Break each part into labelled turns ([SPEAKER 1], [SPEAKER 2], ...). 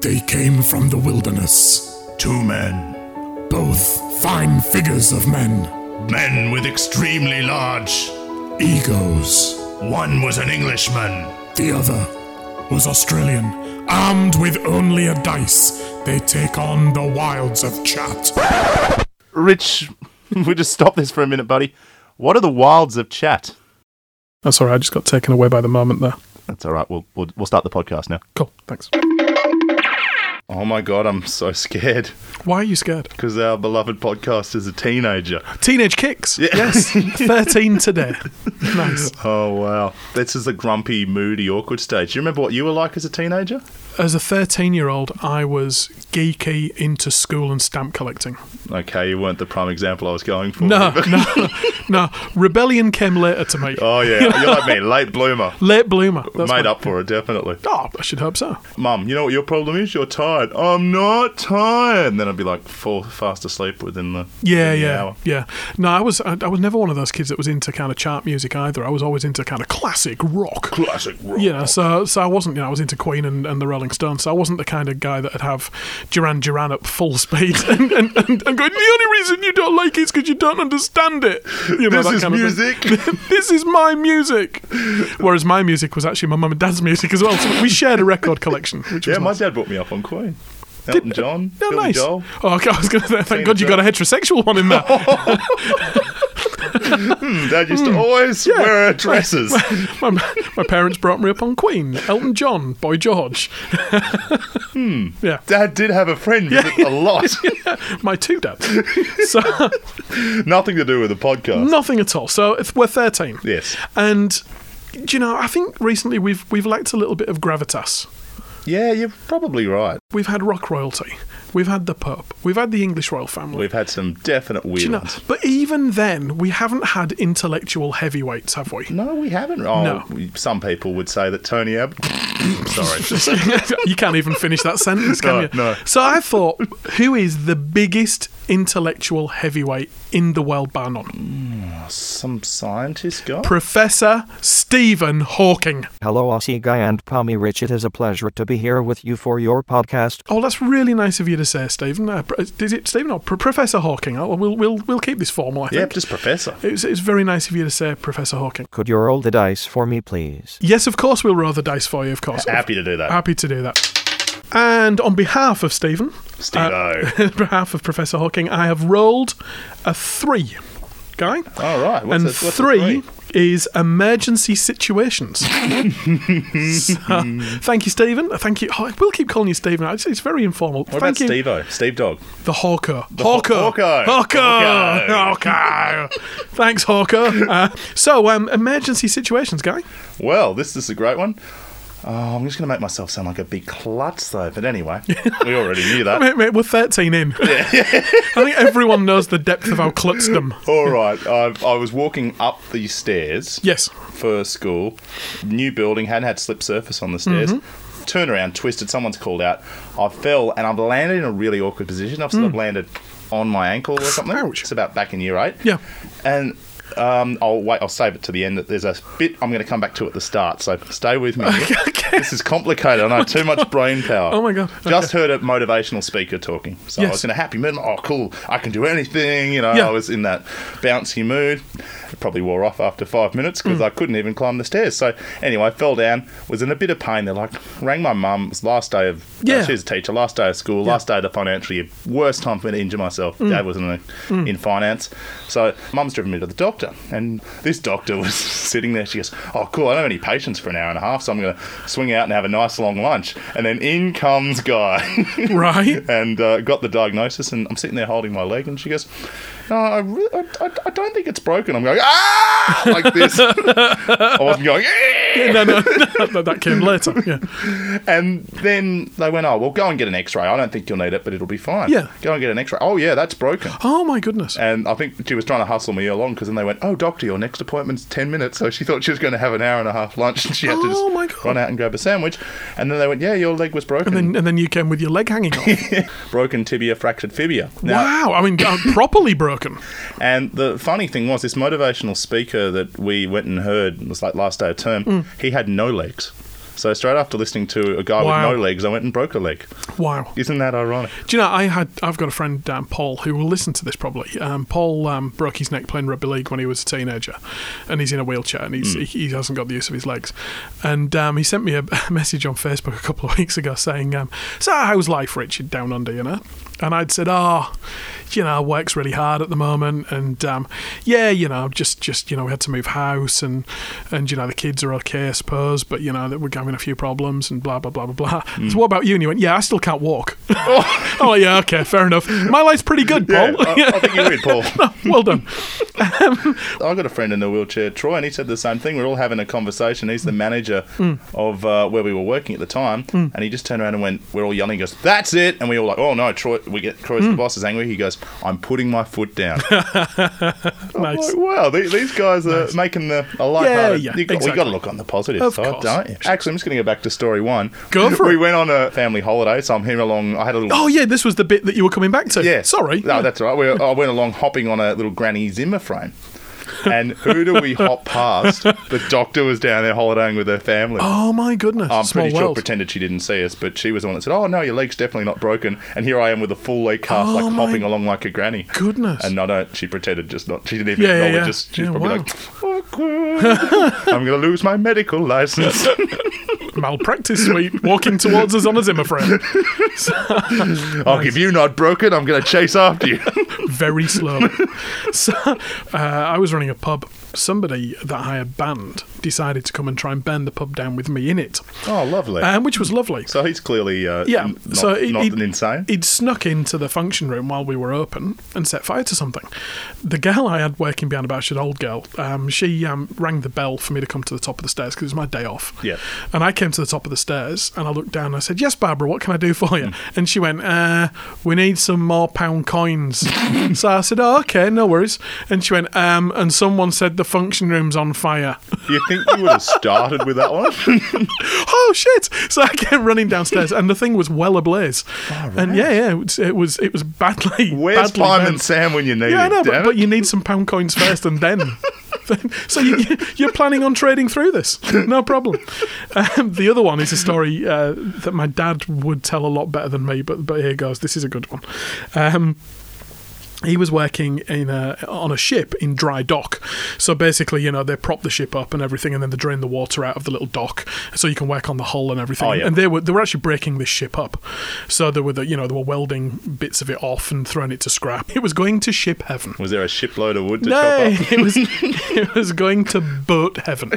[SPEAKER 1] They came from the wilderness.
[SPEAKER 2] Two men.
[SPEAKER 1] Both fine figures of men,
[SPEAKER 2] Men with extremely large.
[SPEAKER 1] egos.
[SPEAKER 2] One was an Englishman.
[SPEAKER 1] The other was Australian. Armed with only a dice, they take on the wilds of chat.
[SPEAKER 3] Rich, we'll just stop this for a minute, buddy. What are the wilds of chat?
[SPEAKER 4] That's all right. Oh, I just got taken away by the moment there.
[SPEAKER 3] That's all right. We'll, we'll, we'll start the podcast now.
[SPEAKER 4] Cool. Thanks.
[SPEAKER 3] Oh my God, I'm so scared
[SPEAKER 4] Why are you scared?
[SPEAKER 3] because our beloved podcast is a teenager.
[SPEAKER 4] Teenage kicks. Yes. 13 today. Nice.
[SPEAKER 3] Oh, wow. This is the grumpy, moody, awkward stage. Do you remember what you were like as a teenager?
[SPEAKER 4] As a 13 year old, I was geeky into school and stamp collecting.
[SPEAKER 3] Okay, you weren't the prime example I was going for.
[SPEAKER 4] No, no, no. Rebellion came later to me.
[SPEAKER 3] Oh, yeah. You're like me, late bloomer.
[SPEAKER 4] Late bloomer. That's
[SPEAKER 3] Made
[SPEAKER 4] my-
[SPEAKER 3] up for it, definitely.
[SPEAKER 4] Oh, I should hope so.
[SPEAKER 3] Mum, you know what your problem is? You're tired. I'm not tired. And then I'd be like, fall fast asleep within the
[SPEAKER 4] Yeah,
[SPEAKER 3] within the
[SPEAKER 4] yeah,
[SPEAKER 3] hour.
[SPEAKER 4] yeah. No, I was I, I was never one of those kids that was into kind of chart music either. I was always into kind of classic rock.
[SPEAKER 3] Classic rock.
[SPEAKER 4] You know, so so I wasn't. You know, I was into Queen and, and the Rolling Stones. So I wasn't the kind of guy that'd have Duran Duran at full speed and, and, and, and going. The only reason you don't like it is because you don't understand it. You know,
[SPEAKER 3] This
[SPEAKER 4] that
[SPEAKER 3] is
[SPEAKER 4] kind of thing. this is my music. Whereas my music was actually my mum and dad's music as well. So we shared a record collection. Which
[SPEAKER 3] Yeah,
[SPEAKER 4] was
[SPEAKER 3] my
[SPEAKER 4] nice.
[SPEAKER 3] dad brought me up on Queen. Elton John,
[SPEAKER 4] Oh,
[SPEAKER 3] Billy
[SPEAKER 4] nice.
[SPEAKER 3] Joel.
[SPEAKER 4] Oh, okay, I was going to say, thank
[SPEAKER 3] Tina
[SPEAKER 4] God you got a heterosexual one in there. Hmm.
[SPEAKER 3] Dad used to always wear dresses.
[SPEAKER 4] my, my parents brought me up on Queen, Elton John, Boy George. Yeah,
[SPEAKER 3] Dad did have a friend visit a lot.
[SPEAKER 4] my two dads. So
[SPEAKER 3] Nothing to do with the podcast.
[SPEAKER 4] nothing at all. So if we're thirteen.
[SPEAKER 3] Yes.
[SPEAKER 4] And do you know? I think recently we've we've lacked a little bit of gravitas.
[SPEAKER 3] Yeah, you're probably right.
[SPEAKER 4] We've had rock royalty. We've had the Pope. We've had the English royal family.
[SPEAKER 3] We've had some definite
[SPEAKER 4] Do
[SPEAKER 3] weird
[SPEAKER 4] you know?
[SPEAKER 3] ones.
[SPEAKER 4] But even then, we haven't had intellectual heavyweights, have we?
[SPEAKER 3] No, we haven't. Oh,
[SPEAKER 4] No.
[SPEAKER 3] we- Some people would say that Tony Abbott. Sorry.
[SPEAKER 4] you can't even finish that sentence, can
[SPEAKER 3] No,
[SPEAKER 4] you?
[SPEAKER 3] no.
[SPEAKER 4] So I thought, who is the biggest intellectual heavyweight in the world, bar none?
[SPEAKER 3] Some scientist guy?
[SPEAKER 4] Professor Stephen Hawking.
[SPEAKER 5] Hello, Aussie guy and Pommy Rich. It is a pleasure to be here with you for your podcast.
[SPEAKER 4] Oh, that's really nice of you to say, Stephen. Uh, pr- is it Stephen or Pro- Professor Hawking? Oh, we'll, we'll, we'll keep this formal, I
[SPEAKER 3] yeah,
[SPEAKER 4] think.
[SPEAKER 3] just professor.
[SPEAKER 4] It's, it's very nice of you to say Professor Hawking.
[SPEAKER 5] Could you roll the dice for me, please?
[SPEAKER 4] Yes, of course, we'll roll the dice for you, of course.
[SPEAKER 3] Happy to do that.
[SPEAKER 4] Happy to do that. And on behalf of Stephen, uh,
[SPEAKER 3] Steve-o.
[SPEAKER 4] on behalf of Professor Hawking, I have rolled a three, guy.
[SPEAKER 3] All right. Oh, What's
[SPEAKER 4] and
[SPEAKER 3] a- what's a
[SPEAKER 4] three, is emergency situations. So, thank you, Stephen. Thank you. I will keep calling you Stephen. It's, it's very informal.
[SPEAKER 3] What
[SPEAKER 4] thank
[SPEAKER 3] about
[SPEAKER 4] you.
[SPEAKER 3] Steve-o? Steve Dog.
[SPEAKER 4] The Hawker.
[SPEAKER 3] Haw-
[SPEAKER 4] Hawker.
[SPEAKER 3] Hawker.
[SPEAKER 4] Hawker. Hawker. Thanks, Hawker. Uh, so, um, emergency situations, guy.
[SPEAKER 3] Well, this is a great one. Oh, I'm just going to make myself sound like a big klutz, though. But anyway, we already knew that.
[SPEAKER 4] Mate, mate, we're 13 in. I think everyone knows the depth of our klutzdom.
[SPEAKER 3] All right. I, I was walking up the stairs
[SPEAKER 4] Yes.
[SPEAKER 3] for school. New building, hadn't had slip surface on the stairs.
[SPEAKER 4] Mm-hmm.
[SPEAKER 3] Turned around, twisted. Someone's called out. I fell and I've landed in a really awkward position. I've sort of landed on my ankle or something.
[SPEAKER 4] Mm. Ouch.
[SPEAKER 3] It's about back in year eight.
[SPEAKER 4] Yeah.
[SPEAKER 3] And um, I'll wait. I'll save it to the end. There's a bit I'm going to come back to at the start. So stay with me.
[SPEAKER 4] okay.
[SPEAKER 3] This is complicated. I know too much brain power.
[SPEAKER 4] Oh my God.
[SPEAKER 3] Just heard a motivational speaker talking. So I
[SPEAKER 4] Yes.
[SPEAKER 3] was in a happy mood. Oh, cool. I can do anything. You know,
[SPEAKER 4] Yeah.
[SPEAKER 3] I was in that bouncy mood. It probably wore off after five minutes
[SPEAKER 4] Mm.
[SPEAKER 3] because I couldn't even climb the stairs. So anyway, I fell down. Was in a bit of pain. They're like, rang my mum. It was last day of. uh,
[SPEAKER 4] Yeah.
[SPEAKER 3] she's a teacher. Last day of school. Last day of the financial year. Worst time for me to injure myself.
[SPEAKER 4] Mm.
[SPEAKER 3] Dad was in, a, in finance. So mum's driven me to the doctor, and this doctor was sitting there. She goes, "Oh, cool. I don't have any patients for an hour and a half, so I'm going to swing out and have a nice long lunch." And then in comes guy.
[SPEAKER 4] Right.
[SPEAKER 3] and uh, got the diagnosis. And I'm sitting there holding my leg, and she goes, "No, I, really, I, I, I don't think it's broken." I'm going, "Ah!" like this. I wasn't going. "Eh!"
[SPEAKER 4] No, no, no, no, that came later. Yeah.
[SPEAKER 3] And then they went, "Oh, well, go and get an X-ray. I don't think you'll need it, but it'll be fine."
[SPEAKER 4] Yeah.
[SPEAKER 3] Go and get an X-ray. Oh yeah, that's broken.
[SPEAKER 4] Oh my goodness.
[SPEAKER 3] And I think she was trying to hustle me along because then they went, "Oh, doctor, your next appointment's ten minutes." So she thought she was going to have an hour and a half lunch, and she had to just
[SPEAKER 4] Oh, my God.
[SPEAKER 3] run out and grab a sandwich. And then they went, "Yeah, your leg was broken,
[SPEAKER 4] And then, and then you came with your leg hanging off.
[SPEAKER 3] broken tibia, fractured fibia." Now,
[SPEAKER 4] wow. I mean, uh, properly broken.
[SPEAKER 3] And the funny thing was, this
[SPEAKER 4] Mm.
[SPEAKER 3] motivational speaker that we went and heard it was like last day of term. He had no legs. So straight after listening to a guy
[SPEAKER 4] Wow.
[SPEAKER 3] with no legs, I went and broke a leg.
[SPEAKER 4] Wow.
[SPEAKER 3] Isn't that ironic?
[SPEAKER 4] Do you know I had I've got a friend um, Paul who will listen to this probably. Um, Paul um, broke his neck playing rugby league when he was a teenager, and he's in a wheelchair and he's, he, he hasn't got the use of his legs. And um, he sent me a message on Facebook a couple of weeks ago saying, um, "So how's life, Richard, down under, you know?" And I'd said, "Oh, you know, work's really hard at the moment, and um, yeah, you know, just just you know, we had to move house, and and you know, the kids are okay, I suppose, but you know, that we're having a few problems, and blah blah blah blah blah." So what about you? And you went, "Yeah, I still can't walk." oh yeah, okay, fair enough. My life's pretty good,
[SPEAKER 3] Yeah, uh,
[SPEAKER 4] Paul.
[SPEAKER 3] I, I think you read Paul.
[SPEAKER 4] well done.
[SPEAKER 3] I got a friend in the wheelchair, Troy, and he said the same thing. We are all having a conversation. He's the manager of uh, where we were working at the time, and he just turned around and went, "We're all yelling." He goes, "That's it!" And we all like, "Oh no!" Troy, we get Troy's
[SPEAKER 4] Hmm.
[SPEAKER 3] the boss is angry. He goes, "I'm putting my foot down." I'm
[SPEAKER 4] Nice.
[SPEAKER 3] like, wow, these, these guys are making the a lighthearted.
[SPEAKER 4] Yeah, yeah,
[SPEAKER 3] you got,
[SPEAKER 4] exactly.
[SPEAKER 3] We got to look on the positive
[SPEAKER 4] Of
[SPEAKER 3] side,
[SPEAKER 4] course.
[SPEAKER 3] don't you? Actually, I'm just going to go back to story one.
[SPEAKER 4] Go for
[SPEAKER 3] we
[SPEAKER 4] it.
[SPEAKER 3] went on a family holiday, so I'm here along. I had a little.
[SPEAKER 4] Oh yeah, this was the bit that you were coming back to.
[SPEAKER 3] Yeah.
[SPEAKER 4] sorry.
[SPEAKER 3] No, that's all right. We, I went along hopping on a little Granny Zimmer frame. And who do we hop past? The doctor was down there holidaying with her family.
[SPEAKER 4] Oh my goodness!
[SPEAKER 3] I'm
[SPEAKER 4] Small
[SPEAKER 3] pretty sure
[SPEAKER 4] world.
[SPEAKER 3] pretended she didn't see us, but she was the one that said, "Oh no, your leg's definitely not broken." And here I am with a full leg cast,
[SPEAKER 4] Oh,
[SPEAKER 3] like
[SPEAKER 4] my
[SPEAKER 3] hopping along like a granny.
[SPEAKER 4] goodness.
[SPEAKER 3] And no, no, she pretended just not. She didn't even
[SPEAKER 4] Yeah, yeah,
[SPEAKER 3] acknowledge
[SPEAKER 4] yeah.
[SPEAKER 3] us. She's
[SPEAKER 4] Yeah,
[SPEAKER 3] probably
[SPEAKER 4] wow.
[SPEAKER 3] like, "Awkward. I'm going to lose my medical license."
[SPEAKER 4] Malpractice suite walking towards us on a Zimmer frame.
[SPEAKER 3] I'll give you not broken. I'm going to chase after you.
[SPEAKER 4] very slow. so uh, I was running a pub. Somebody that I had banned decided to come and try and burn the pub down with me in it,
[SPEAKER 3] oh, lovely.
[SPEAKER 4] um, which was lovely.
[SPEAKER 3] so he's clearly uh,
[SPEAKER 4] yeah,
[SPEAKER 3] n- not,
[SPEAKER 4] so it,
[SPEAKER 3] not
[SPEAKER 4] it-
[SPEAKER 3] an insane.
[SPEAKER 4] He'd snuck into the function room while we were open and set fire to something. The girl I had working behind about, she's an old girl. Um, she um, rang the bell for me to come to the top of the stairs because it was my day off.
[SPEAKER 3] Yeah.
[SPEAKER 4] And I came to the top of the stairs and I looked down and I said, "Yes, Barbara, what can I do for you?" And she went, uh, "We need some more pound coins." so I said, "Oh, okay, no worries." And she went, um, "And someone said the function room's on fire."
[SPEAKER 3] You think you would have started with that one?
[SPEAKER 4] oh shit! So I came running downstairs, and the thing was well ablaze. And yeah, yeah, it was it was, it was badly.
[SPEAKER 3] Where's
[SPEAKER 4] badly
[SPEAKER 3] Pime
[SPEAKER 4] burnt.
[SPEAKER 3] and Sam when you need
[SPEAKER 4] Yeah, I
[SPEAKER 3] it?
[SPEAKER 4] know, but,
[SPEAKER 3] damn
[SPEAKER 4] but
[SPEAKER 3] it?
[SPEAKER 4] you need some pound coins first, and then. then- So you, you- you're planning on trading through this? No problem. Um, the other one is a story uh, that my dad would tell a lot better than me, but but here goes. This is a good one. Um, he was working in a, on a ship in dry dock. So basically, you know, they prop the ship up and everything, and then they drain the water out of the little dock, so you can work on the hull and everything.
[SPEAKER 3] Oh, yeah.
[SPEAKER 4] And they were they were actually breaking this ship up, so they were the, you know they were welding bits of it off and throwing it to scrap. It was going to ship heaven.
[SPEAKER 3] Was there a shipload of wood to
[SPEAKER 4] No,
[SPEAKER 3] chop up?
[SPEAKER 4] it was it was going to boat heaven.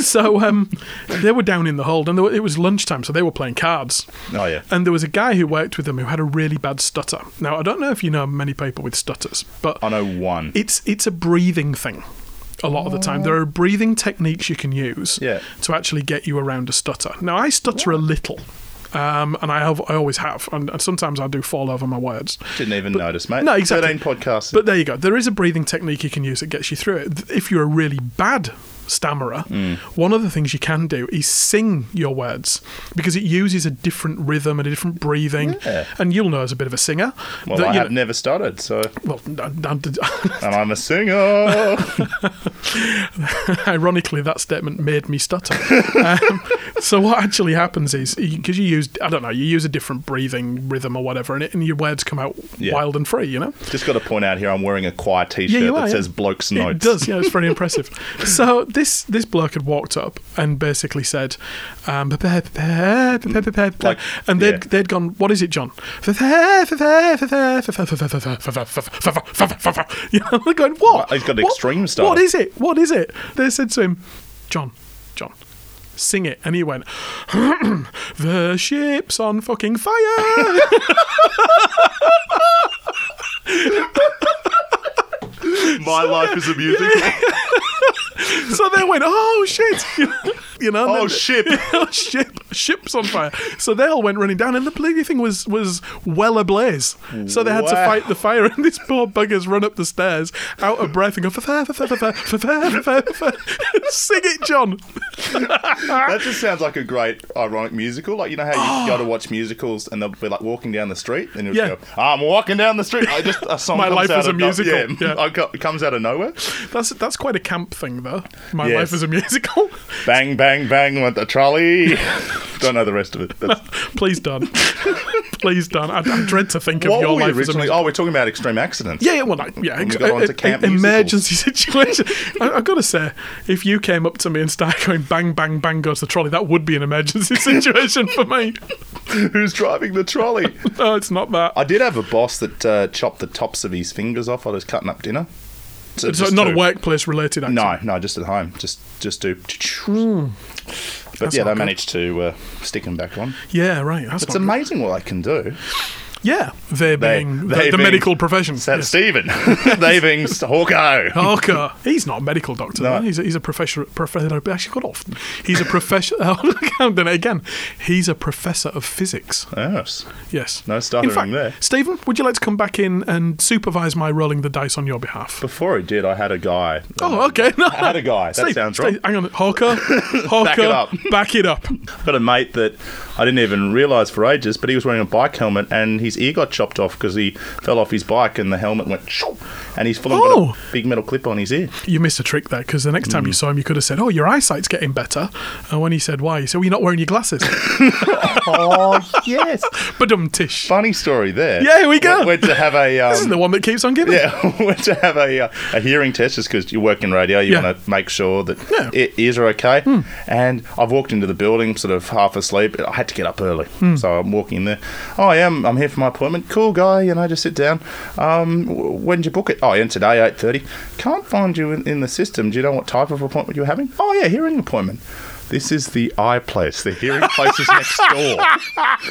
[SPEAKER 4] so um, they were down in the hold, and they were, it was lunchtime, so they were playing cards.
[SPEAKER 3] Oh, yeah.
[SPEAKER 4] And there was a guy who worked with them who had a really bad stutter. Now I don't know if you know many people with stutters, but
[SPEAKER 3] I know one.
[SPEAKER 4] it's it's a breathing thing. A lot of the time, there are breathing techniques you can use
[SPEAKER 3] Yeah.
[SPEAKER 4] to actually get you around a stutter. Now, I stutter a little, um, and I have I always have, and, and sometimes I do fall over my words.
[SPEAKER 3] Didn't even notice, mate.
[SPEAKER 4] No, exactly.
[SPEAKER 3] 13 podcasts.
[SPEAKER 4] But there you go. There is a breathing technique you can use that gets you through it. Th- If you're a really bad stammerer,
[SPEAKER 3] Mm.
[SPEAKER 4] one of the things you can do is sing your words because it uses a different rhythm and a different breathing.
[SPEAKER 3] Yeah.
[SPEAKER 4] And you'll know as a bit of a singer.
[SPEAKER 3] well,
[SPEAKER 4] that,
[SPEAKER 3] I
[SPEAKER 4] you
[SPEAKER 3] have
[SPEAKER 4] know-
[SPEAKER 3] never started, so.
[SPEAKER 4] well, I- I-
[SPEAKER 3] And I'm a singer.
[SPEAKER 4] ironically, that statement made me stutter. um, so what actually happens is because you use I don't know you use a different breathing rhythm or whatever, and, it, and your words come out
[SPEAKER 3] Yeah.
[SPEAKER 4] wild and free. You know.
[SPEAKER 3] Just got to point out here, I'm wearing a choir t
[SPEAKER 4] Yeah,
[SPEAKER 3] shirt
[SPEAKER 4] you
[SPEAKER 3] that
[SPEAKER 4] are, yeah.
[SPEAKER 3] says Bloke's Notes.
[SPEAKER 4] It does, yeah, it's very impressive. So this this bloke had walked up and basically said, um, "Prepare, prepare, prepare, prepare, prepare."
[SPEAKER 3] Mm. Like,
[SPEAKER 4] and they'd
[SPEAKER 3] yeah.
[SPEAKER 4] they'd gone, "What is it, John?" "Prepare, prepare, prepare, prepare, prepare, prepare, prepare, prepare, prepare, prepare." You know, they're going, "What?
[SPEAKER 3] He's got an
[SPEAKER 4] What?
[SPEAKER 3] extreme style.
[SPEAKER 4] What is it? What is it?" They said to him, "John, John." Sing it, and he went. the ship's on fucking fire.
[SPEAKER 3] My life is a musical.
[SPEAKER 4] so they went, oh shit, you know. and
[SPEAKER 3] Oh,
[SPEAKER 4] then-
[SPEAKER 3] ship.
[SPEAKER 4] oh shit, ship's on fire. So they all went running down, and the bloody thing was was well ablaze. So they had to
[SPEAKER 3] Wow.
[SPEAKER 4] fight the fire, and these poor buggers run up the stairs, out of breath, and go, "Fa-fa, fa-fa, fa-fa, fa-fa, fa-fa, fa-fa." Sing it, John.
[SPEAKER 3] That just sounds like a great ironic musical. Like you know how
[SPEAKER 4] Oh.
[SPEAKER 3] you go to watch musicals and they'll be like walking down the street and you'll
[SPEAKER 4] Yeah.
[SPEAKER 3] just go, "I'm walking down the street." I just a song.
[SPEAKER 4] My
[SPEAKER 3] comes
[SPEAKER 4] life
[SPEAKER 3] out
[SPEAKER 4] is a
[SPEAKER 3] of no-
[SPEAKER 4] musical.
[SPEAKER 3] yeah,
[SPEAKER 4] Yeah.
[SPEAKER 3] I got- it comes out of nowhere.
[SPEAKER 4] That's that's quite a camp thing, though. My
[SPEAKER 3] Yes.
[SPEAKER 4] life is a musical.
[SPEAKER 3] Bang, bang, bang with the trolley. Don't know the rest of it. That's-
[SPEAKER 4] Please don't. Please don't. I, I dread to think of
[SPEAKER 3] what
[SPEAKER 4] your
[SPEAKER 3] were we
[SPEAKER 4] life as a
[SPEAKER 3] originally?
[SPEAKER 4] musical.
[SPEAKER 3] Oh, we're talking about extreme accidents.
[SPEAKER 4] Yeah, yeah, well, like, yeah,
[SPEAKER 3] And
[SPEAKER 4] ex-
[SPEAKER 3] we got onto camp
[SPEAKER 4] e- emergency situation. I, I've got to say, if you came up to me and started going bang, bang, bang, goes the trolley, that would be an emergency situation for me.
[SPEAKER 3] Who's driving the trolley?
[SPEAKER 4] No, it's not that.
[SPEAKER 3] I did have a boss that uh, chopped the tops of his fingers off while I was cutting up dinner. So
[SPEAKER 4] it's
[SPEAKER 3] just
[SPEAKER 4] not a
[SPEAKER 3] to-
[SPEAKER 4] workplace related accident.
[SPEAKER 3] No, no, just at home. Just, just do. But yeah,
[SPEAKER 4] Hmm. not
[SPEAKER 3] they
[SPEAKER 4] good.
[SPEAKER 3] managed to uh, stick him back on.
[SPEAKER 4] Yeah, right. That's
[SPEAKER 3] It's
[SPEAKER 4] not good.
[SPEAKER 3] amazing what they can do.
[SPEAKER 4] Yeah, they being the,
[SPEAKER 3] they
[SPEAKER 4] the
[SPEAKER 3] being-
[SPEAKER 4] medical profession. Oh.
[SPEAKER 3] Sa- Stephen, they being s- Hawkeye.
[SPEAKER 4] Parker. He's not a medical doctor.
[SPEAKER 3] No.
[SPEAKER 4] though. He's, a, he's a professor. Professor. Actually, got off. He's a professor. I've done it again. He's a professor of physics.
[SPEAKER 3] Yes.
[SPEAKER 4] Yes.
[SPEAKER 3] No
[SPEAKER 4] In
[SPEAKER 3] stuttering
[SPEAKER 4] fact,
[SPEAKER 3] there.
[SPEAKER 4] Stephen, would you like to come back in and supervise my rolling the dice on your behalf?
[SPEAKER 3] Before he did, I had a guy.
[SPEAKER 4] Oh, okay. No.
[SPEAKER 3] uh, I had a guy. That
[SPEAKER 4] Steve,
[SPEAKER 3] sounds
[SPEAKER 4] Steve,
[SPEAKER 3] wrong.
[SPEAKER 4] Hang on, Hawker, Hawker,
[SPEAKER 3] Back it up.
[SPEAKER 4] back it up.
[SPEAKER 3] I've got a mate that I didn't even realise for ages, but he was wearing a bike helmet and his ear got chopped off because he fell off his bike and the helmet went shoo, and he's full of
[SPEAKER 4] Oh.
[SPEAKER 3] got a big metal clip on his ear.
[SPEAKER 4] You missed a trick there because the next
[SPEAKER 3] Hmm.
[SPEAKER 4] time you saw him, you could have said, "Oh, your eyesight's getting better." And when he said, "Why?" he said, "Well, you're not wearing your glasses."
[SPEAKER 3] Oh, yes.
[SPEAKER 4] But um, tish.
[SPEAKER 3] Funny story there.
[SPEAKER 4] Yeah, here we go.
[SPEAKER 3] Went to have a. Um,
[SPEAKER 4] This is the one that keeps on giving.
[SPEAKER 3] Yeah, went to have a, uh, a hearing test just because you work in radio, you
[SPEAKER 4] Yeah.
[SPEAKER 3] want to make sure that
[SPEAKER 4] Yeah. Hmm.
[SPEAKER 3] e- ears are okay. And I've walked into the building sort of half asleep. I had to get up early,
[SPEAKER 4] Hmm.
[SPEAKER 3] so I'm walking in there. Oh, yeah, I'm, I'm here for my appointment. Cool guy, you know, just sit down. Um, w- when did you book it? Oh, in today, eight thirty. Can't find you in, in the system. Do you know what type of appointment you're having? Oh, yeah, hearing appointment. This is the eye place. The hearing place is next door.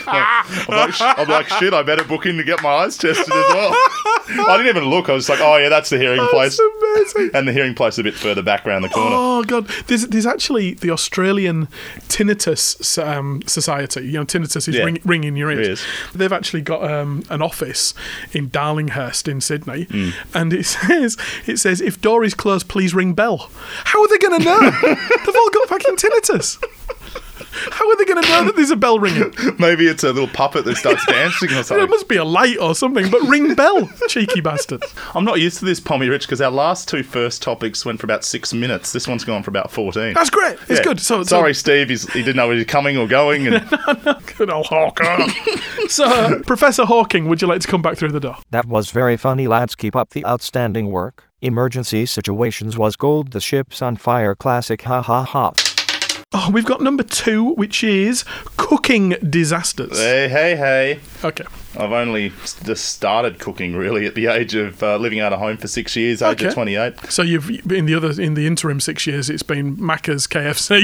[SPEAKER 3] I'm like, sh- I'm like, shit, I better book in to get my eyes tested as well. I didn't even look. I was like, oh, yeah, that's the hearing place.
[SPEAKER 4] amazing.
[SPEAKER 3] And the hearing place is a bit further back around the corner.
[SPEAKER 4] Oh god, there's there's actually the Australian Tinnitus um, Society. You know, tinnitus is
[SPEAKER 3] Yeah.
[SPEAKER 4] ring, ringing in your ears.
[SPEAKER 3] It is.
[SPEAKER 4] They've actually got um, an office in Darlinghurst in Sydney,
[SPEAKER 3] Hmm.
[SPEAKER 4] and it says it says if door is closed, please ring bell. How are they going to know? They've all got fucking tinnitus. How are they going to know that there's a bell ringing?
[SPEAKER 3] Maybe it's a little puppet that starts dancing or
[SPEAKER 4] There
[SPEAKER 3] something.
[SPEAKER 4] must be a light or something, but ring bell, cheeky bastards.
[SPEAKER 3] I'm not used to this, Pommy Rich, because our last two first topics went for about six minutes. This one's gone for about 14.
[SPEAKER 4] That's great. It's
[SPEAKER 3] Yeah.
[SPEAKER 4] good. So, so
[SPEAKER 3] Sorry, Steve. He's, he didn't know he was coming or going. And
[SPEAKER 4] Good old Hawker. so, uh, Professor Hawking, would you like to come back through the door?
[SPEAKER 5] That was very funny, lads. Keep up the outstanding work. Emergency situations was gold. The ship's on fire. Classic. Ha ha ha.
[SPEAKER 4] Oh, we've got number two, which is cooking disasters.
[SPEAKER 3] hey, hey, hey.
[SPEAKER 4] Okay.
[SPEAKER 3] I've only s- just started cooking, really, at the age of uh, living out of home for six years, age
[SPEAKER 4] Okay.
[SPEAKER 3] of 28.
[SPEAKER 4] So you've in the other in the interim six years, it's been Macca's, KFC,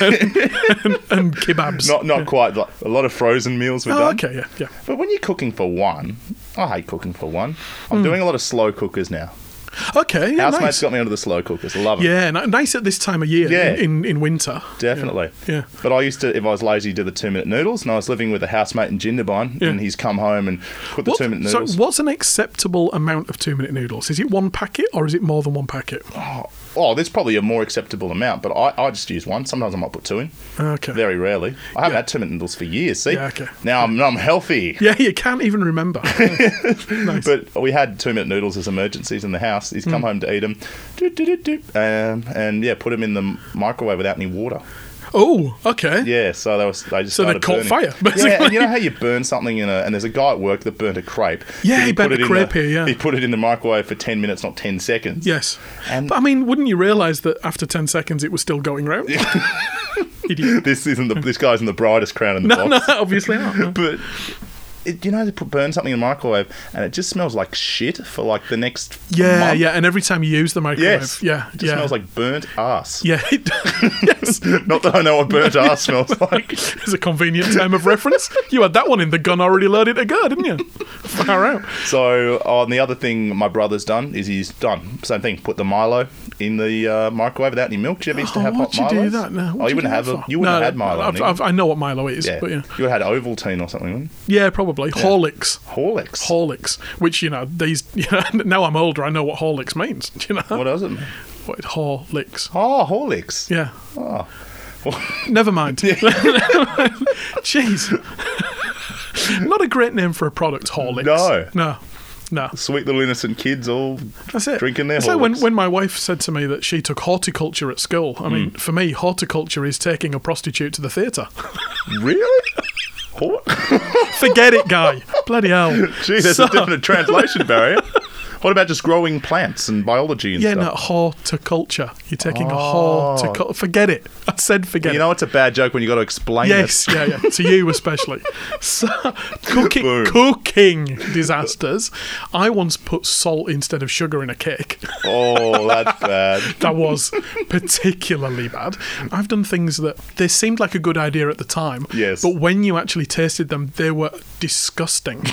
[SPEAKER 4] and, and, and kebabs.
[SPEAKER 3] Not not quite. Like, a lot of frozen meals were
[SPEAKER 4] oh,
[SPEAKER 3] done.
[SPEAKER 4] okay, yeah, yeah.
[SPEAKER 3] But when you're cooking for one, I hate cooking for one. I'm doing a lot of slow cookers now.
[SPEAKER 4] Okay, yeah,
[SPEAKER 3] Housemates
[SPEAKER 4] nice.
[SPEAKER 3] got me onto the slow cookers. Love it.
[SPEAKER 4] Yeah, ni- nice at this time of year.
[SPEAKER 3] Yeah.
[SPEAKER 4] In, in in winter.
[SPEAKER 3] Definitely.
[SPEAKER 4] Yeah.
[SPEAKER 3] But I used to, if I was lazy, do the two minute noodles. And I was living with a housemate in Jindabyne,
[SPEAKER 4] Yeah.
[SPEAKER 3] and he's come home and put the
[SPEAKER 4] What-
[SPEAKER 3] two minute
[SPEAKER 4] so,
[SPEAKER 3] noodles.
[SPEAKER 4] what's an acceptable amount of two-minute noodles? Is it one packet or is it more than one packet?
[SPEAKER 3] oh, there's probably a more acceptable amount, but I, I just use one. Sometimes I might put two in.
[SPEAKER 4] Okay.
[SPEAKER 3] Very rarely. I haven't had two minute noodles for years, see?
[SPEAKER 4] Yeah, okay.
[SPEAKER 3] Now I'm, I'm healthy.
[SPEAKER 4] Yeah, you can't even remember. nice. Mm.
[SPEAKER 3] But we had two minute noodles as emergencies in the house. He's come home to eat them. Do, do, do, do. Um, and yeah, put them in the microwave without any water.
[SPEAKER 4] oh, okay.
[SPEAKER 3] Yeah, so they was they just
[SPEAKER 4] So they
[SPEAKER 3] started
[SPEAKER 4] caught
[SPEAKER 3] burning.
[SPEAKER 4] fire,
[SPEAKER 3] Yeah, and
[SPEAKER 4] basically.
[SPEAKER 3] you know how you burn something in a and there's a guy at work that burnt a crepe.
[SPEAKER 4] Yeah,
[SPEAKER 3] but
[SPEAKER 4] he burnt
[SPEAKER 3] put
[SPEAKER 4] a
[SPEAKER 3] it in
[SPEAKER 4] crepe
[SPEAKER 3] the-
[SPEAKER 4] here, yeah.
[SPEAKER 3] he put it in the microwave for ten minutes, not ten seconds.
[SPEAKER 4] Yes.
[SPEAKER 3] And-
[SPEAKER 4] but I mean, wouldn't you realise that after 10 seconds it was still going round? Idiot.
[SPEAKER 3] this isn't the, this guy's in the brightest crown in the
[SPEAKER 4] No, no,
[SPEAKER 3] box.
[SPEAKER 4] obviously not.
[SPEAKER 3] But it, you know, they put, burn something in the microwave and it just smells like shit for like the next
[SPEAKER 4] Yeah,
[SPEAKER 3] month.
[SPEAKER 4] yeah. And every time you use the microwave,
[SPEAKER 3] yes,
[SPEAKER 4] yeah,
[SPEAKER 3] it just
[SPEAKER 4] yeah.
[SPEAKER 3] smells like burnt ass.
[SPEAKER 4] yeah, it does. yes.
[SPEAKER 3] Not that I know what burnt ass smells like.
[SPEAKER 4] It's a convenient term of reference. You had that one in the gun already loaded to go, didn't you? Far out.
[SPEAKER 3] uh, So, on the other thing my brother's done is he's done same thing. Put the Milo in the uh, microwave without any milk. Did you ever used to
[SPEAKER 4] Oh,
[SPEAKER 3] have hot
[SPEAKER 4] why'd you do
[SPEAKER 3] Milos?
[SPEAKER 4] that? No,
[SPEAKER 3] oh,
[SPEAKER 4] why'd
[SPEAKER 3] you wouldn't
[SPEAKER 4] do
[SPEAKER 3] have
[SPEAKER 4] that
[SPEAKER 3] a,
[SPEAKER 4] for?
[SPEAKER 3] you wouldn't
[SPEAKER 4] No,
[SPEAKER 3] have had Milo.
[SPEAKER 4] I've,
[SPEAKER 3] then.
[SPEAKER 4] I've, I know what Milo is,
[SPEAKER 3] yeah.
[SPEAKER 4] but yeah,
[SPEAKER 3] you would have had Ovaltine or something. Wouldn't
[SPEAKER 4] yeah, probably Horlicks.
[SPEAKER 3] you? Horlicks.
[SPEAKER 4] Horlicks, which you know these. You know, now I'm older, I know what Horlicks means. You know
[SPEAKER 3] what does it? mean?
[SPEAKER 4] what Horlicks?
[SPEAKER 3] Oh, Horlicks.
[SPEAKER 4] Yeah.
[SPEAKER 3] Oh.
[SPEAKER 4] Never mind. Jeez. Not a great name for a product, Horlicks.
[SPEAKER 3] No.
[SPEAKER 4] No. No.
[SPEAKER 3] Sweet little innocent kids all
[SPEAKER 4] That's it.
[SPEAKER 3] drinking their
[SPEAKER 4] It's like when,
[SPEAKER 3] Horlicks. Hmm.
[SPEAKER 4] when my wife said to me that she took horticulture at school. I mean, for me, horticulture is taking a prostitute to the theatre.
[SPEAKER 3] Really? Hor-
[SPEAKER 4] Forget it, guy. Bloody hell.
[SPEAKER 3] Gee, there's a definite translation barrier. What about just growing plants and biology and
[SPEAKER 4] Yeah, no,
[SPEAKER 3] stuff?
[SPEAKER 4] horticulture. You're taking a
[SPEAKER 3] Oh.
[SPEAKER 4] horticulture. Forget it. I said forget
[SPEAKER 3] You
[SPEAKER 4] it.
[SPEAKER 3] know it's a bad joke when you got to explain
[SPEAKER 4] Yes,
[SPEAKER 3] it.
[SPEAKER 4] yeah, yeah. To you especially. So, cooking,
[SPEAKER 3] Boom.
[SPEAKER 4] cooking disasters. I once put salt instead of sugar in a cake.
[SPEAKER 3] Oh, that's bad.
[SPEAKER 4] That was particularly bad. I've done things that they seemed like a good idea at the time.
[SPEAKER 3] Yes.
[SPEAKER 4] But when you actually tasted them, they were disgusting.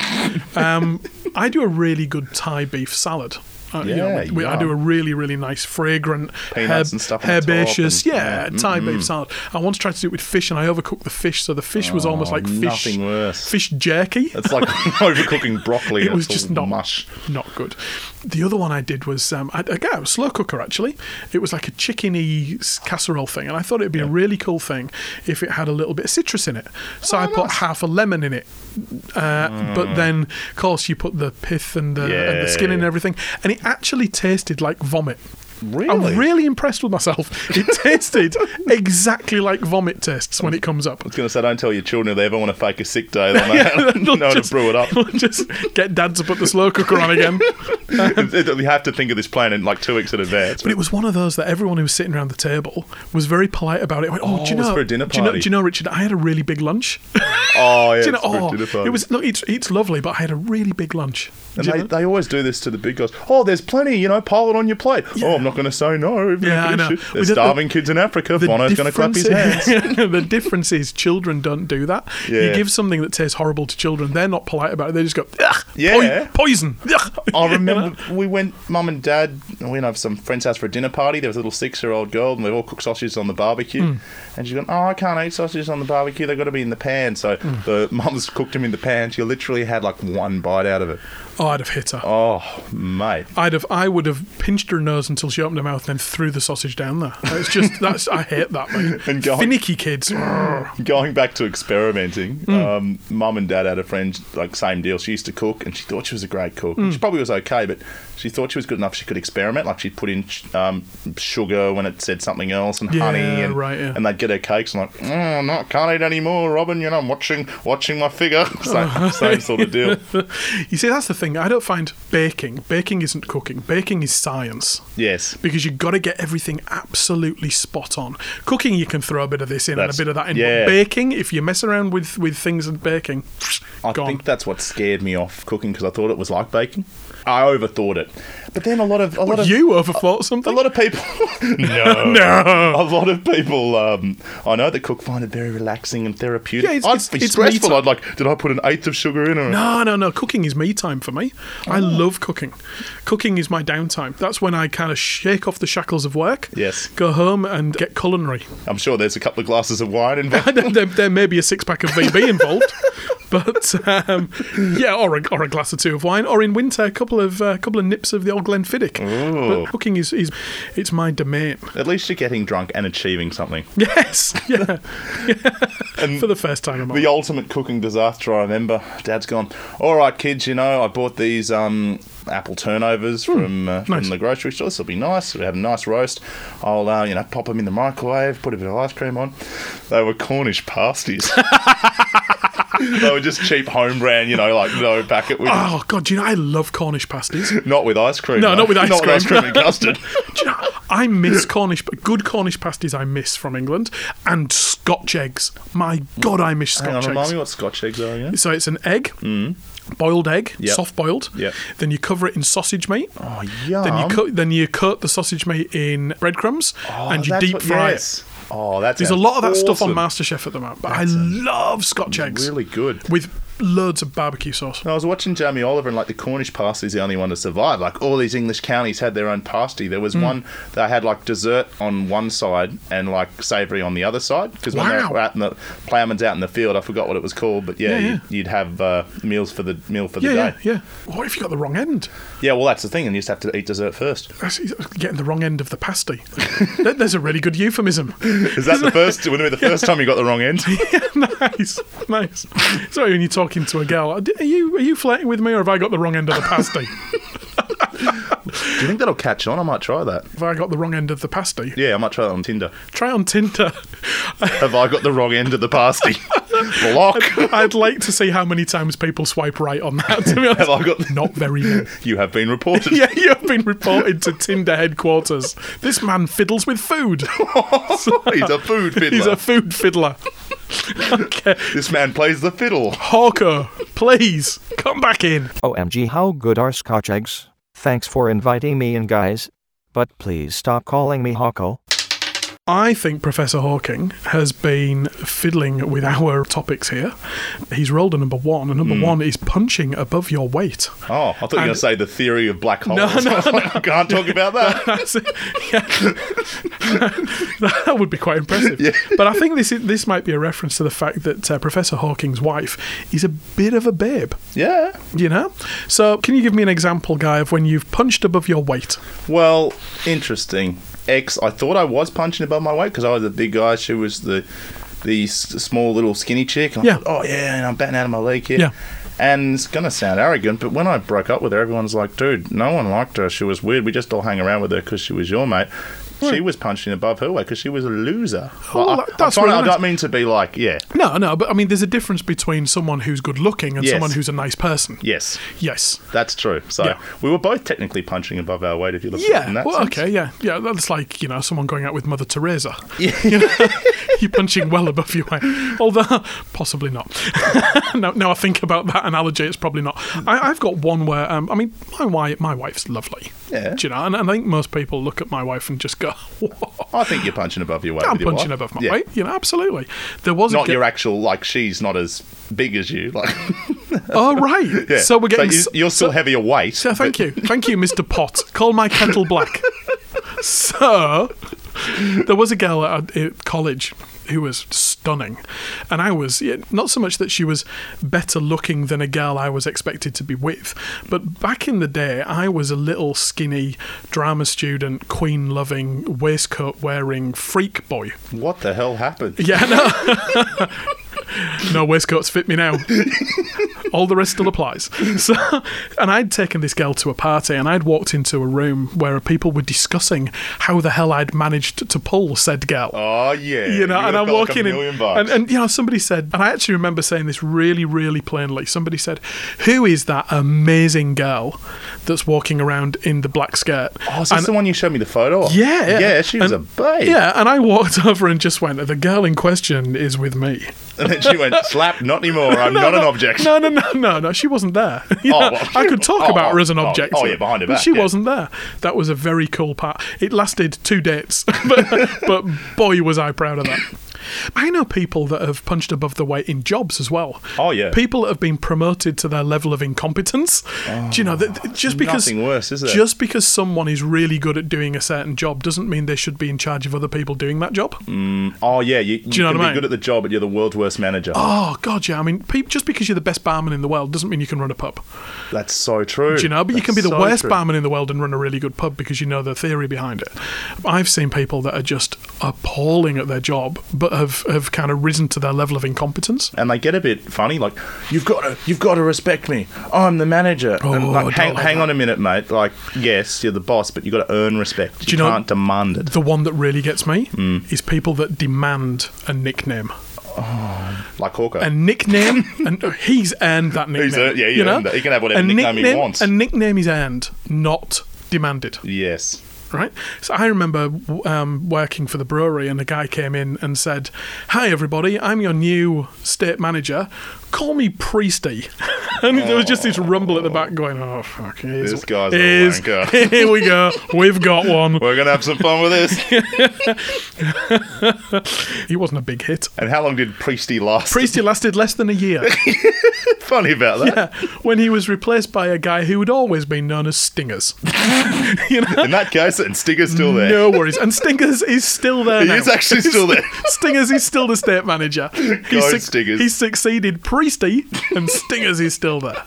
[SPEAKER 4] um, I do a really good Thai beef salad. Uh, you know,
[SPEAKER 3] Yeah,
[SPEAKER 4] we- we- I do a
[SPEAKER 3] yum.
[SPEAKER 4] really, really nice, fragrant,
[SPEAKER 3] Peanuts and stuff on top
[SPEAKER 4] herbaceous,
[SPEAKER 3] and- Mm-hmm.
[SPEAKER 4] yeah, Thai beef salad. I once tried to do it with fish, and I overcooked the fish, so the fish was almost like fish,
[SPEAKER 3] Oh, nothing worse.
[SPEAKER 4] fish jerky.
[SPEAKER 3] It's like overcooking broccoli.
[SPEAKER 4] It
[SPEAKER 3] and
[SPEAKER 4] was
[SPEAKER 3] it's
[SPEAKER 4] just
[SPEAKER 3] all
[SPEAKER 4] not
[SPEAKER 3] mush.
[SPEAKER 4] not good. The other one I did was um, I, again, it was slow cooker actually. It was like a chickeny s- casserole thing, and I thought it'd be a really cool thing if it had a little bit of citrus in it.
[SPEAKER 3] Oh,
[SPEAKER 4] So I put half a lemon in it, uh, but then of course you put the pith and the, and the skin and
[SPEAKER 3] Mm. Yeah.
[SPEAKER 4] everything, and it actually tasted like vomit.
[SPEAKER 3] Really?
[SPEAKER 4] I'm really impressed with myself. It tasted exactly like vomit tastes when it comes up.
[SPEAKER 3] I was going to say, don't tell your children if they ever want to fake a sick day. They'll know, how,
[SPEAKER 4] they'll
[SPEAKER 3] know how to
[SPEAKER 4] just-
[SPEAKER 3] brew it up.
[SPEAKER 4] Just get dad to put the slow cooker on again.
[SPEAKER 3] you have to think of this plan in like two weeks in advance.
[SPEAKER 4] But it was one of those that everyone who was sitting around the table was very polite about it. Went, oh, do you
[SPEAKER 3] it was
[SPEAKER 4] know?
[SPEAKER 3] for a dinner
[SPEAKER 4] Do you know,
[SPEAKER 3] party.
[SPEAKER 4] do you know, Richard? I had a really big lunch.
[SPEAKER 3] oh, yeah,
[SPEAKER 4] do you know?
[SPEAKER 3] it's
[SPEAKER 4] Oh,
[SPEAKER 3] for dinner party.
[SPEAKER 4] it was. Look, it's, it's lovely, but I had a really big lunch.
[SPEAKER 3] And
[SPEAKER 4] Do you
[SPEAKER 3] they,
[SPEAKER 4] know?
[SPEAKER 3] they always do this to the big guys. Oh, there's plenty, you know, pile it on your plate. Oh, I'm not going to say no. Even
[SPEAKER 4] Yeah, I
[SPEAKER 3] if it is
[SPEAKER 4] know.
[SPEAKER 3] shit.
[SPEAKER 4] We
[SPEAKER 3] There's
[SPEAKER 4] did the-
[SPEAKER 3] starving kids in Africa. Bono's going to clap his hands.
[SPEAKER 4] difference is- the difference is children don't do that. You
[SPEAKER 3] Yeah.
[SPEAKER 4] give something that tastes horrible to children, they're not polite about it. They just go, Ugh,
[SPEAKER 3] Yeah. Oh.
[SPEAKER 4] poi- poison. Ugh."
[SPEAKER 3] I
[SPEAKER 4] You know?
[SPEAKER 3] remember we went, mum and dad, we went over to some friend's house for a dinner party. There was a little six year old girl, and we all cooked sausages on the barbecue. And she's going, Oh, I can't eat sausages on the barbecue. They've got to be in the pan. So the mum's cooked them in the pan. She literally had like one bite out of it.
[SPEAKER 4] Oh, I'd have hit her.
[SPEAKER 3] Oh, mate.
[SPEAKER 4] I'd have, I would have pinched her nose until she opened her mouth, and then threw the sausage down there. It's just that's I hate that. Mate.
[SPEAKER 3] And go-
[SPEAKER 4] Finicky kids.
[SPEAKER 3] Going back to experimenting,
[SPEAKER 4] Hmm.
[SPEAKER 3] um, mum and dad had a friend, like, same deal. She used to cook, and she thought she was a great cook.
[SPEAKER 4] Hmm.
[SPEAKER 3] She probably was okay, but she thought she was good enough. She could experiment. Like, she'd put in um, sugar when it said something else, and
[SPEAKER 4] Yeah,
[SPEAKER 3] honey, and,
[SPEAKER 4] right, yeah.
[SPEAKER 3] and they'd get her cakes. And, like, oh, no, can't eat anymore, Robin. You know, I'm watching watching my figure.
[SPEAKER 4] Uh-huh.
[SPEAKER 3] same, same sort of deal.
[SPEAKER 4] you see, that's the thing. I don't find baking. Baking isn't cooking. Baking is science.
[SPEAKER 3] Yes.
[SPEAKER 4] Because you've got to get everything absolutely spot on. Cooking, you can throw a bit of this in
[SPEAKER 3] That's-
[SPEAKER 4] and a bit of that in.
[SPEAKER 3] yeah.
[SPEAKER 4] But baking, if you mess around with, with things and baking,
[SPEAKER 3] I
[SPEAKER 4] gone.
[SPEAKER 3] think that's what scared me off cooking because I thought it was like baking. I overthought it. But then a lot of. A lot of
[SPEAKER 4] you overthought
[SPEAKER 3] A
[SPEAKER 4] something.
[SPEAKER 3] lot of people. no. no. A lot of people um, I know that cook find it very relaxing and therapeutic.
[SPEAKER 4] Yeah, it's-
[SPEAKER 3] I'd
[SPEAKER 4] it's-
[SPEAKER 3] be
[SPEAKER 4] it's
[SPEAKER 3] stressful.
[SPEAKER 4] me
[SPEAKER 3] I'd like, did I put an eighth of sugar in? Or
[SPEAKER 4] No, no, no. Cooking is me time for me.
[SPEAKER 3] Oh.
[SPEAKER 4] I love cooking. Cooking is my downtime. That's when I kind of shake off the shackles of work.
[SPEAKER 3] Yes.
[SPEAKER 4] Go home and get culinary.
[SPEAKER 3] I'm sure there's a couple of glasses of wine involved.
[SPEAKER 4] there, there- there may be a six pack of VB involved, but um, yeah, or a, or a glass or two of wine, or in winter a couple of uh, couple of nips of the old Glenfiddich. But cooking is, is it's my domain.
[SPEAKER 3] At least you're getting drunk and achieving something.
[SPEAKER 4] Yes, yeah,
[SPEAKER 3] And
[SPEAKER 4] for the first time in my
[SPEAKER 3] the
[SPEAKER 4] life.
[SPEAKER 3] ultimate cooking disaster I remember. Dad's gone. All right, kids. You know, I bought these um, apple turnovers from uh,
[SPEAKER 4] Hmm. nice.
[SPEAKER 3] from the grocery store. This will be nice. We have a nice roast. I'll uh, you know pop them in the microwave. Put a bit of ice cream on. They were Cornish pasties. they were just cheap home brand. You know, like no packet with.
[SPEAKER 4] Oh god, do you know I love Cornish pasties. Do
[SPEAKER 3] Not with ice cream.
[SPEAKER 4] No,
[SPEAKER 3] though.
[SPEAKER 4] not with ice
[SPEAKER 3] not
[SPEAKER 4] cream.
[SPEAKER 3] With ice cream and custard.
[SPEAKER 4] you know, I miss Cornish, but good Cornish pasties I miss from England, and Scotch eggs. My god, I miss
[SPEAKER 3] Hang on,
[SPEAKER 4] Scotch
[SPEAKER 3] remind
[SPEAKER 4] eggs.
[SPEAKER 3] me what Scotch eggs are. Yeah.
[SPEAKER 4] So it's an egg,
[SPEAKER 3] Mm.
[SPEAKER 4] boiled egg,
[SPEAKER 3] Yep.
[SPEAKER 4] soft boiled.
[SPEAKER 3] Yep.
[SPEAKER 4] Then you cover it in sausage meat.
[SPEAKER 3] Oh,
[SPEAKER 4] Then you
[SPEAKER 3] yum.
[SPEAKER 4] coat then you coat the sausage meat in breadcrumbs
[SPEAKER 3] Oh,
[SPEAKER 4] and you
[SPEAKER 3] that's
[SPEAKER 4] deep
[SPEAKER 3] what-
[SPEAKER 4] fry it.
[SPEAKER 3] yes. Oh, that's
[SPEAKER 4] There's a lot of that stuff on MasterChef at the moment, but I love Scotch eggs.
[SPEAKER 3] Really good. Oh,
[SPEAKER 4] With loads of barbecue sauce.
[SPEAKER 3] I was watching Jamie Oliver, and like the Cornish pasty's the only one to survive. Like all these English counties had their own pasty. There
[SPEAKER 4] Hmm.
[SPEAKER 3] was one that had like dessert on one side and like savoury on the other side. Because when they
[SPEAKER 4] Wow.
[SPEAKER 3] were out in the ploughman's out in the field, I forgot what it was called, but yeah,
[SPEAKER 4] Yeah, yeah.
[SPEAKER 3] You'd, you'd have uh, meals for the meal for the
[SPEAKER 4] Yeah,
[SPEAKER 3] day.
[SPEAKER 4] yeah, yeah. What if you got the wrong end?
[SPEAKER 3] Yeah, well, that's the thing, and you just have to eat dessert first.
[SPEAKER 4] That's getting the wrong end of the pasty. That- There's a really good euphemism.
[SPEAKER 3] Is that the first? Wouldn't it be the first time you got the wrong end?
[SPEAKER 4] nice, nice. Sorry when you're talking to a girl. Are you are you flirting with me, or have I got the wrong end of the pasty?
[SPEAKER 3] Do you think that'll catch on? I might try that.
[SPEAKER 4] have I got the wrong end of the pasty?
[SPEAKER 3] Yeah, I might try that on Tinder.
[SPEAKER 4] Try on Tinder.
[SPEAKER 3] Have I got the wrong end of the pasty? Block.
[SPEAKER 4] I'd like to see how many times people swipe right on that. To be honest,
[SPEAKER 3] Have I got?
[SPEAKER 4] not very many.
[SPEAKER 3] You have been reported.
[SPEAKER 4] Yeah, you have been reported to Tinder headquarters. This man fiddles with food.
[SPEAKER 3] He's a food fiddler.
[SPEAKER 4] He's a food fiddler. okay.
[SPEAKER 3] This man plays the fiddle.
[SPEAKER 4] Hawker, please come back in.
[SPEAKER 5] OMG, how good are Scotch eggs? Thanks for inviting me in, guys. But please stop calling me Hawko.
[SPEAKER 4] I think Professor Hawking has been fiddling with our topics here. He's rolled a number one, and
[SPEAKER 3] Hmm.
[SPEAKER 4] number one is punching above your weight.
[SPEAKER 3] Oh, I thought you were going to say the theory of black holes.
[SPEAKER 4] no,
[SPEAKER 3] I can't talk about that.
[SPEAKER 4] That's it. Yeah. that would be quite impressive. But I think this is, this might be a reference to the fact that uh, Professor Hawking's wife is a bit of a babe,
[SPEAKER 3] Yeah.
[SPEAKER 4] you know? So, can you give me an example, Guy, of when you've punched above your weight?
[SPEAKER 3] Well, interesting. X. I thought I was punching above my weight because I was a big guy. She was the the s- small little skinny chick. And I
[SPEAKER 4] Yeah.
[SPEAKER 3] Thought, oh yeah, and I'm batting out of my league here.
[SPEAKER 4] Yeah.
[SPEAKER 3] And it's gonna sound arrogant, but when I broke up with her, everyone's like, "Dude, no one liked her. She was weird. We just all hang around with her because she was your mate." She was punching above her weight because she was a loser.
[SPEAKER 4] Oh,
[SPEAKER 3] I,
[SPEAKER 4] that-
[SPEAKER 3] I,
[SPEAKER 4] that's
[SPEAKER 3] I, find-
[SPEAKER 4] really
[SPEAKER 3] I
[SPEAKER 4] nice.
[SPEAKER 3] don't mean to be like, yeah,
[SPEAKER 4] No, no, but I mean, there's a difference between someone who's good looking and
[SPEAKER 3] Yes.
[SPEAKER 4] someone who's a nice person.
[SPEAKER 3] yes,
[SPEAKER 4] Yes.
[SPEAKER 3] that's true. So
[SPEAKER 4] Yeah.
[SPEAKER 3] we were both technically punching above our weight. If you look at it
[SPEAKER 4] Yeah.
[SPEAKER 3] in that
[SPEAKER 4] Well,
[SPEAKER 3] sense.
[SPEAKER 4] okay. Yeah. Yeah. That's like you know someone going out with Mother Teresa. Yeah. You know, you're punching well above your weight. Although possibly not. now, now I think about that analogy, it's probably not. I, I've got one where um, I mean my wife, my wife's lovely.
[SPEAKER 3] Yeah.
[SPEAKER 4] Do you know? And, and I think most people look at my wife and just go, "Whoa,
[SPEAKER 3] I think you're punching above your weight.
[SPEAKER 4] I'm
[SPEAKER 3] with your
[SPEAKER 4] punching
[SPEAKER 3] wife.
[SPEAKER 4] above my
[SPEAKER 3] Yeah.
[SPEAKER 4] weight. You know, absolutely. There was
[SPEAKER 3] not
[SPEAKER 4] a
[SPEAKER 3] your
[SPEAKER 4] girl-
[SPEAKER 3] actual like she's not as big as you like
[SPEAKER 4] Oh right.
[SPEAKER 3] yeah.
[SPEAKER 4] So we're getting.
[SPEAKER 3] you,
[SPEAKER 4] s-
[SPEAKER 3] you're still heavier weight
[SPEAKER 4] So thank you, thank you, Mr. Pot. Call my kettle black. so there was a girl at, at college who was stunning, and I was yeah, not so much that she was better looking than a girl I was expected to be with, but back in the day I was a little skinny drama student, queen loving, waistcoat wearing freak boy.
[SPEAKER 3] what the hell happened
[SPEAKER 4] Yeah, no. no waistcoats fit me now. All the rest still applies. So, and I'd taken this girl to a party, and I'd walked into a room where people were discussing how the hell I'd managed to pull said girl
[SPEAKER 3] oh yeah
[SPEAKER 4] you know, and
[SPEAKER 3] would've
[SPEAKER 4] I'm
[SPEAKER 3] felt like
[SPEAKER 4] walking
[SPEAKER 3] a
[SPEAKER 4] in,
[SPEAKER 3] million bucks.
[SPEAKER 4] and, and you know, somebody said, and I actually remember saying this really, really plainly. Somebody said, "Who is that amazing girl that's walking around in the black skirt?"
[SPEAKER 3] oh is this
[SPEAKER 4] and-
[SPEAKER 3] the one you showed me the photo of?
[SPEAKER 4] yeah, yeah,
[SPEAKER 3] yeah she was
[SPEAKER 4] And-
[SPEAKER 3] a babe
[SPEAKER 4] Yeah, and I walked over and just went, "The girl in question is with me."
[SPEAKER 3] and then she went slap not anymore I'm not an object
[SPEAKER 4] No, no, no, no, no. She wasn't there. You
[SPEAKER 3] Oh,
[SPEAKER 4] know,
[SPEAKER 3] well,
[SPEAKER 4] I could talk
[SPEAKER 3] oh,
[SPEAKER 4] about her as an
[SPEAKER 3] oh,
[SPEAKER 4] object.
[SPEAKER 3] oh, yeah, behind her
[SPEAKER 4] but
[SPEAKER 3] back,
[SPEAKER 4] She
[SPEAKER 3] yeah.
[SPEAKER 4] wasn't there. That was a very cool part. It lasted two dates, but, but boy, was I proud of that. I know people that have punched above their weight in jobs as well.
[SPEAKER 3] Oh, yeah.
[SPEAKER 4] people that have been promoted to their level of incompetence. Do you know that that just because
[SPEAKER 3] nothing worse, is there?
[SPEAKER 4] Just because someone is really good at doing a certain job doesn't mean they should be in charge of other people doing that job.
[SPEAKER 3] oh yeah you, you,
[SPEAKER 4] know
[SPEAKER 3] can
[SPEAKER 4] what
[SPEAKER 3] be
[SPEAKER 4] I mean?
[SPEAKER 3] good at the job but you're the world's worst manager
[SPEAKER 4] Oh god, yeah. I mean, peop just because you're the best barman in the world doesn't mean you can run a pub.
[SPEAKER 3] that's so true
[SPEAKER 4] Do you know? But you
[SPEAKER 3] That's
[SPEAKER 4] can be the
[SPEAKER 3] so
[SPEAKER 4] worst
[SPEAKER 3] true.
[SPEAKER 4] barman in the world and run a really good pub because you know the theory behind it. I've seen people that are just appalling at their job, but have, have kind of risen to their level of incompetence.
[SPEAKER 3] and they get a bit funny. Like, you've got to, you've got to respect me. I'm the manager.
[SPEAKER 4] Oh,
[SPEAKER 3] and
[SPEAKER 4] I don't
[SPEAKER 3] like, hang,
[SPEAKER 4] like
[SPEAKER 3] hang
[SPEAKER 4] that.
[SPEAKER 3] on a minute, mate. Like, yes, you're the boss, but you got to earn respect. You,
[SPEAKER 4] you know-
[SPEAKER 3] can't demand it.
[SPEAKER 4] The one that really gets me
[SPEAKER 3] Hmm.
[SPEAKER 4] is people that demand a nickname.
[SPEAKER 3] Like Hawker.
[SPEAKER 4] A nickname, and he's earned that nickname.
[SPEAKER 3] earned- yeah, he
[SPEAKER 4] you know?
[SPEAKER 3] earned that. He can have whatever
[SPEAKER 4] A
[SPEAKER 3] nickname he wants.
[SPEAKER 4] A nickname is earned, not demanded.
[SPEAKER 3] yes.
[SPEAKER 4] right? So I remember w- um, working for the brewery, and a guy came in and said, "Hi, everybody, I'm your new state manager. Call me Priesty." and there was just this rumble at the back going, oh, fuck. Here's,
[SPEAKER 3] This guy's a
[SPEAKER 4] here's-
[SPEAKER 3] wanker.
[SPEAKER 4] Here we go. We've got one.
[SPEAKER 3] We're gonna have some fun with this.
[SPEAKER 4] He wasn't a big hit.
[SPEAKER 3] And how long did Priesty last?
[SPEAKER 4] Priestley lasted less than a year
[SPEAKER 3] funny about that.
[SPEAKER 4] when he was replaced by a guy who had always been known as Stingers. you know?
[SPEAKER 3] In that case, and Stinger's still there.
[SPEAKER 4] No worries. And Stingers is still there
[SPEAKER 3] He
[SPEAKER 4] now.
[SPEAKER 3] is actually still there.
[SPEAKER 4] Stingers is still the state manager. He,
[SPEAKER 3] Go, Stingers.
[SPEAKER 4] he succeeded Priesty, and Stingers is still there.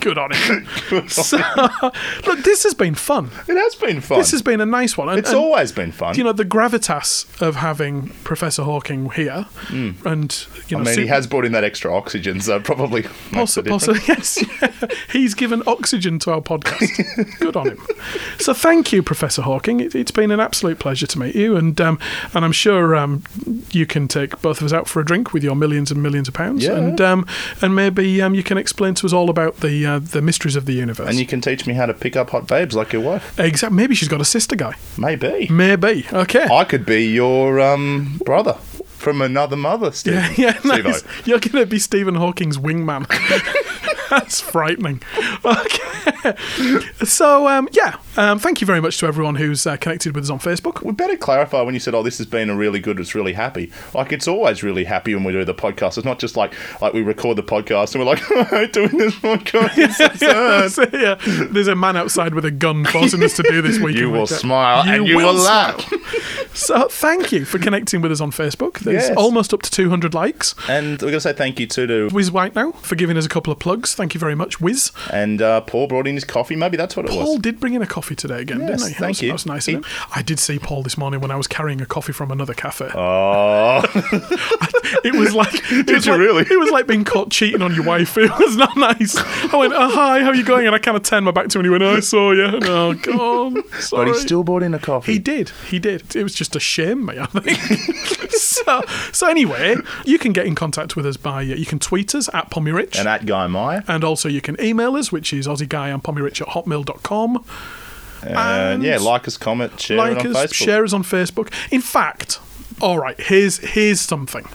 [SPEAKER 4] Good on him. So, look, this has been fun.
[SPEAKER 3] It has been fun.
[SPEAKER 4] This has been a nice one. And,
[SPEAKER 3] it's
[SPEAKER 4] and,
[SPEAKER 3] always been fun.
[SPEAKER 4] You know the gravitas of having Professor Hawking here, and you
[SPEAKER 3] Hmm. I
[SPEAKER 4] know,
[SPEAKER 3] mean, he
[SPEAKER 4] Su-
[SPEAKER 3] has brought in that extra oxygen, so probably makes a
[SPEAKER 4] Possi-
[SPEAKER 3] difference.
[SPEAKER 4] possi- yes. He's given oxygen to our podcast. Good on him. So thank you, Professor Hawking. It, it's been an absolute pleasure to meet you, and um, and I'm sure um, you can take both of us out for a drink with your millions and millions of pounds,
[SPEAKER 3] Yeah.
[SPEAKER 4] and um, and maybe um, you can explain to us all about the uh, the mysteries of the universe.
[SPEAKER 3] And you can teach me how to pick up hot babes like your wife.
[SPEAKER 4] exactly. Maybe she's got a sister guy.
[SPEAKER 3] Maybe.
[SPEAKER 4] Maybe. Okay.
[SPEAKER 3] I could be your um, brother from another mother, Steve.
[SPEAKER 4] Yeah, yeah,
[SPEAKER 3] Stevo.
[SPEAKER 4] nice. You're going to be Stephen Hawking's wingman. That's frightening. Okay. So, um, yeah, um, thank you very much to everyone who's uh, connected with us on Facebook.
[SPEAKER 3] We better clarify when you said, "Oh, this has been a really good. It's really happy." Like it's always really happy when we do the podcast. It's not just like like we record the podcast and we're like, "I hate doing this podcast." It's so sad."
[SPEAKER 4] So, yeah, there's a man outside with a gun forcing us to do this week.
[SPEAKER 3] You
[SPEAKER 4] in,
[SPEAKER 3] will
[SPEAKER 4] week out.
[SPEAKER 3] smile and you will
[SPEAKER 4] smile.
[SPEAKER 3] laugh.
[SPEAKER 4] So, thank you for connecting with us on Facebook. There's
[SPEAKER 3] Yes.
[SPEAKER 4] almost up to 200 likes.
[SPEAKER 3] And we're gonna say thank you too to
[SPEAKER 4] Wiz White now for giving us a couple of plugs. Thank you very much, Wiz.
[SPEAKER 3] and uh, Paul brought in his coffee. Maybe that's what it
[SPEAKER 4] Paul
[SPEAKER 3] was.
[SPEAKER 4] did bring in a coffee today again,
[SPEAKER 3] Yes,
[SPEAKER 4] didn't he? That
[SPEAKER 3] thank
[SPEAKER 4] was-
[SPEAKER 3] you.
[SPEAKER 4] That was nice of him. I did see Paul this morning when I was carrying a coffee from another cafe.
[SPEAKER 3] Oh,
[SPEAKER 4] It was like it was
[SPEAKER 3] you
[SPEAKER 4] like-
[SPEAKER 3] really?
[SPEAKER 4] It was like being caught cheating on your wife. It was not nice. I went, oh, "Hi, how you going?" And I kind of turned my back to him, and he went, "I saw you." And, oh God, sorry.
[SPEAKER 3] but he still brought in a coffee.
[SPEAKER 4] He did. He did. It was just a shame, mate, I think. so, so anyway, you can get in contact with us by uh, you can tweet us at Pomyrich, and,
[SPEAKER 3] and that guy Meyer.
[SPEAKER 4] also you can email us, which is aussieguyandpomyrich and Pomyrich at hotmail.com.
[SPEAKER 3] And yeah, like us, comment, share
[SPEAKER 4] like
[SPEAKER 3] it on
[SPEAKER 4] us,
[SPEAKER 3] Facebook.
[SPEAKER 4] share us on Facebook. In fact, all right, here's here's something.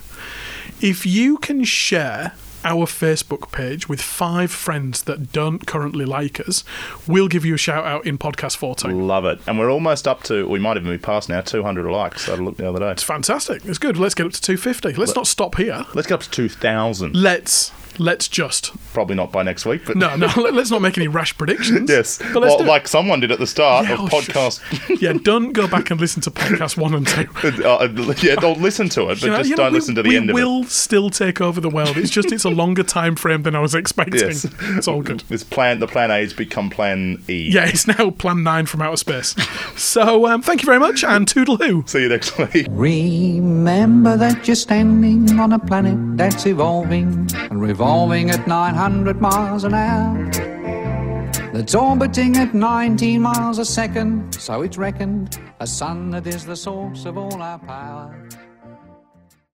[SPEAKER 4] If you can share our Facebook page with five friends that don't currently like us, we'll give you a shout out in podcast four time.
[SPEAKER 3] Love it. And we're almost up to, we might even be past now, 200 likes. I looked the other day.
[SPEAKER 4] It's fantastic. It's good. Let's get up to 250. Let's not stop here.
[SPEAKER 3] Let's get up to 2,000.
[SPEAKER 4] Let's let's just
[SPEAKER 3] Probably not by next week, but.
[SPEAKER 4] no no. let- Let's not make any rash predictions.
[SPEAKER 3] Yes.
[SPEAKER 4] but let's
[SPEAKER 3] Well,
[SPEAKER 4] do it.
[SPEAKER 3] like someone did at the start
[SPEAKER 4] Yeah,
[SPEAKER 3] of
[SPEAKER 4] oh,
[SPEAKER 3] podcast.
[SPEAKER 4] shush. yeah, don't go back and listen to podcast one and two.
[SPEAKER 3] uh, yeah, don't listen to it, but
[SPEAKER 4] You know-
[SPEAKER 3] just
[SPEAKER 4] you know,
[SPEAKER 3] don't
[SPEAKER 4] we-
[SPEAKER 3] listen to the
[SPEAKER 4] we
[SPEAKER 3] end of it.
[SPEAKER 4] will still take over the world. It's just it's a longer time frame than I was expecting.
[SPEAKER 3] Yes.
[SPEAKER 4] It's all good.
[SPEAKER 3] This plan, the plan A's become plan E.
[SPEAKER 4] Yeah, it's now Plan 9 from Outer Space. So um, thank you very much and toodaloo.
[SPEAKER 3] See you next week.
[SPEAKER 6] Remember that you're standing on a planet that's evolving and revolving at 900 miles an hour. That's orbiting at 19 miles a second, so it's reckoned a sun that is the source of all our power.